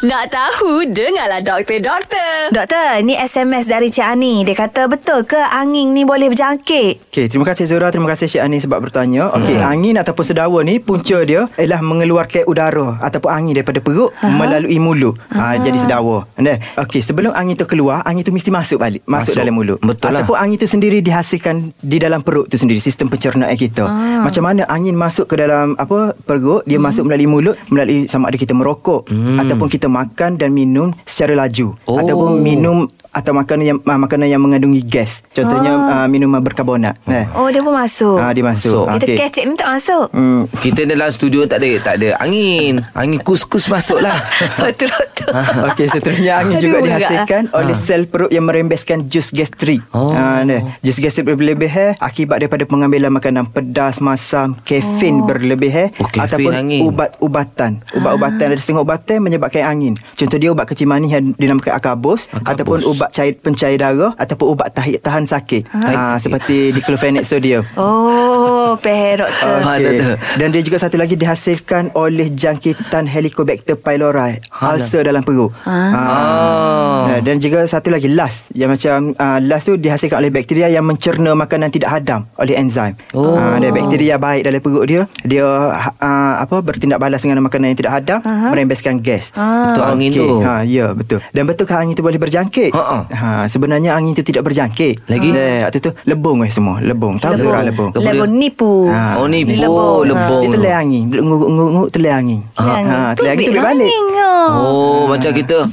Nak tahu, dengarlah doktor, doktor. Doktor, ni SMS dari Cik Ani. Dia kata, betul ke angin ni boleh berjangkit? Okey, terima kasih Zura, terima kasih Cik Ani sebab bertanya. Okey, hmm. angin ataupun sedawa ni punca dia ialah mengeluarkan udara ataupun angin daripada perut Aha. melalui mulut. Ha, jadi sedawa. Nah, okey, sebelum angin tu keluar, angin tu mesti masuk balik, masuk, Masuk. dalam mulut. Betul lah. Ataupun angin tu sendiri dihasilkan di dalam perut tu sendiri, sistem pencernaan kita. Macam mana angin masuk ke dalam apa perut, dia masuk melalui mulut, melalui sama ada kita merokok ataupun kita makan dan minum secara laju Oh. ataupun minum atau makanan yang ah, makanan yang mengandungi gas. Contohnya ah. minuman berkarbonat. Eh. Oh, dia pun masuk. Ah dia masuk. Masuk. Ah, Kita okey. okay. kecek ni tak masuk. Hmm. Kita dalam studio tak ada tak ada angin. Angin kus-kus masuklah. Betul, doktor. Ah, Okey seterusnya angin Aduh, juga berat. dihasilkan oleh sel perut yang merembeskan jus gastrik. ah. Oh. Ah, dia. jus gastrik berlebih eh, akibat daripada pengambilan makanan pedas, masam, kafein berlebih eh, Oh, kafein ataupun angin. Ah. ubat-ubatan. Ubat-ubatan dari setengah ubatan menyebabkan angin. Contoh dia ubat kecil manis yang dinamakan akabus, Akabus. ataupun ubat cair pencair darah ataupun ubat tahan, tahan sakit. Tahan Ah, sakit. seperti diclofenac sodium. ah. Oh, peh, doktor. Ah, Okey. doktor. Dan dia juga satu lagi dihasilkan oleh jangkitan Helicobacter pylori, ulcer dalam perut. Ha, Ah. Ah, Dan juga satu lagi last yang macam uh, last tu dihasilkan oleh bakteria yang mencerna makanan tidak hadam oleh enzim. Oh. Ah, dan bakteria baik dalam perut dia, dia uh, apa bertindak balas dengan makanan yang tidak hadam, uh-huh. merembeskan gas. Betul angin Okey. tu. Ha ya betul. Dan betul ke angin tu boleh berjangkit? Ha, ha. ha sebenarnya angin tu tidak berjangkit. Lagi? Eh, waktu tu lebong eh semua, lebong. Tahu lebong. orang lebong. Kemudian- Lebon nipu. Ah. Oh ni Ni lebong. lebong, lebong. Dia telah angin, nguruk-nguruk telah angin. Ah. Ha, telah angin Ah, tu boleh balik. Oh. Oh, macam kita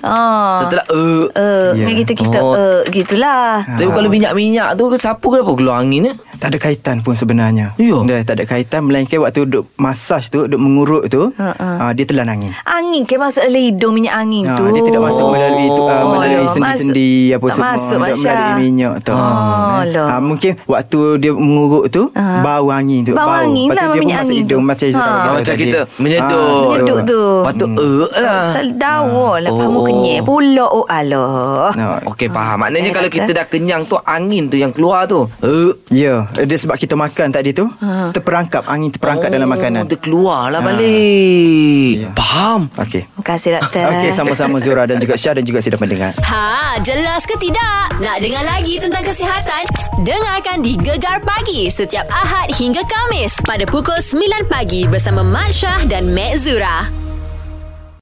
Ah. telah eh. Uh, Ya. yeah. kita kita oh. Oh. uh, Ah. gitulah. Tapi kalau minyak-minyak tu sapu kenapa keluar angin eh? Tak ada kaitan pun sebenarnya. Ya. Dia tak ada kaitan melainkan waktu duk masaj tu, duk mengurut tu, Ah, uh-uh. uh, dia telan angin. Angin ke masuk dalam hidung minyak angin Ha, tu. dia tidak masuk melalui tu, uh, Oh, melalui aduh, sendi-sendi masuk- apa tak semua masuk, Dia Masya. melalui minyak tu. Oh, lah. Ah, mungkin waktu dia mengurut tu bau angin tu Ah. Bau angin Lepas tu lah, dia pun minyak masuk angin hidung tu. macam Ha. Zura kata Oh, Macam tadi. kita menyedut. Ah, Menyedut tu. Patut eh lah. Sedawa lah. Pamu Oh. kenyek pula. Oh, alah. Ha. Okey faham. Maknanya Eh, kalau doktor. kita dah kenyang tu angin tu yang keluar tu. Eh Ya, dia sebab kita makan tadi tu terperangkap angin Oh, terperangkap dalam makanan. Ah. Dia keluar lah balik. Ya. Faham? Okey. Terima kasih, Doktor. Okey, sama-sama Zura dan juga Syah dan juga sidang pendengar. Ha, jelas ke tidak? Nak dengar lagi tentang kesihatan? Dengarkan di Gegar Pagi setiap Ahad hingga Kamis pada pukul 9 pagi bersama Mat Syah dan Mat Zura.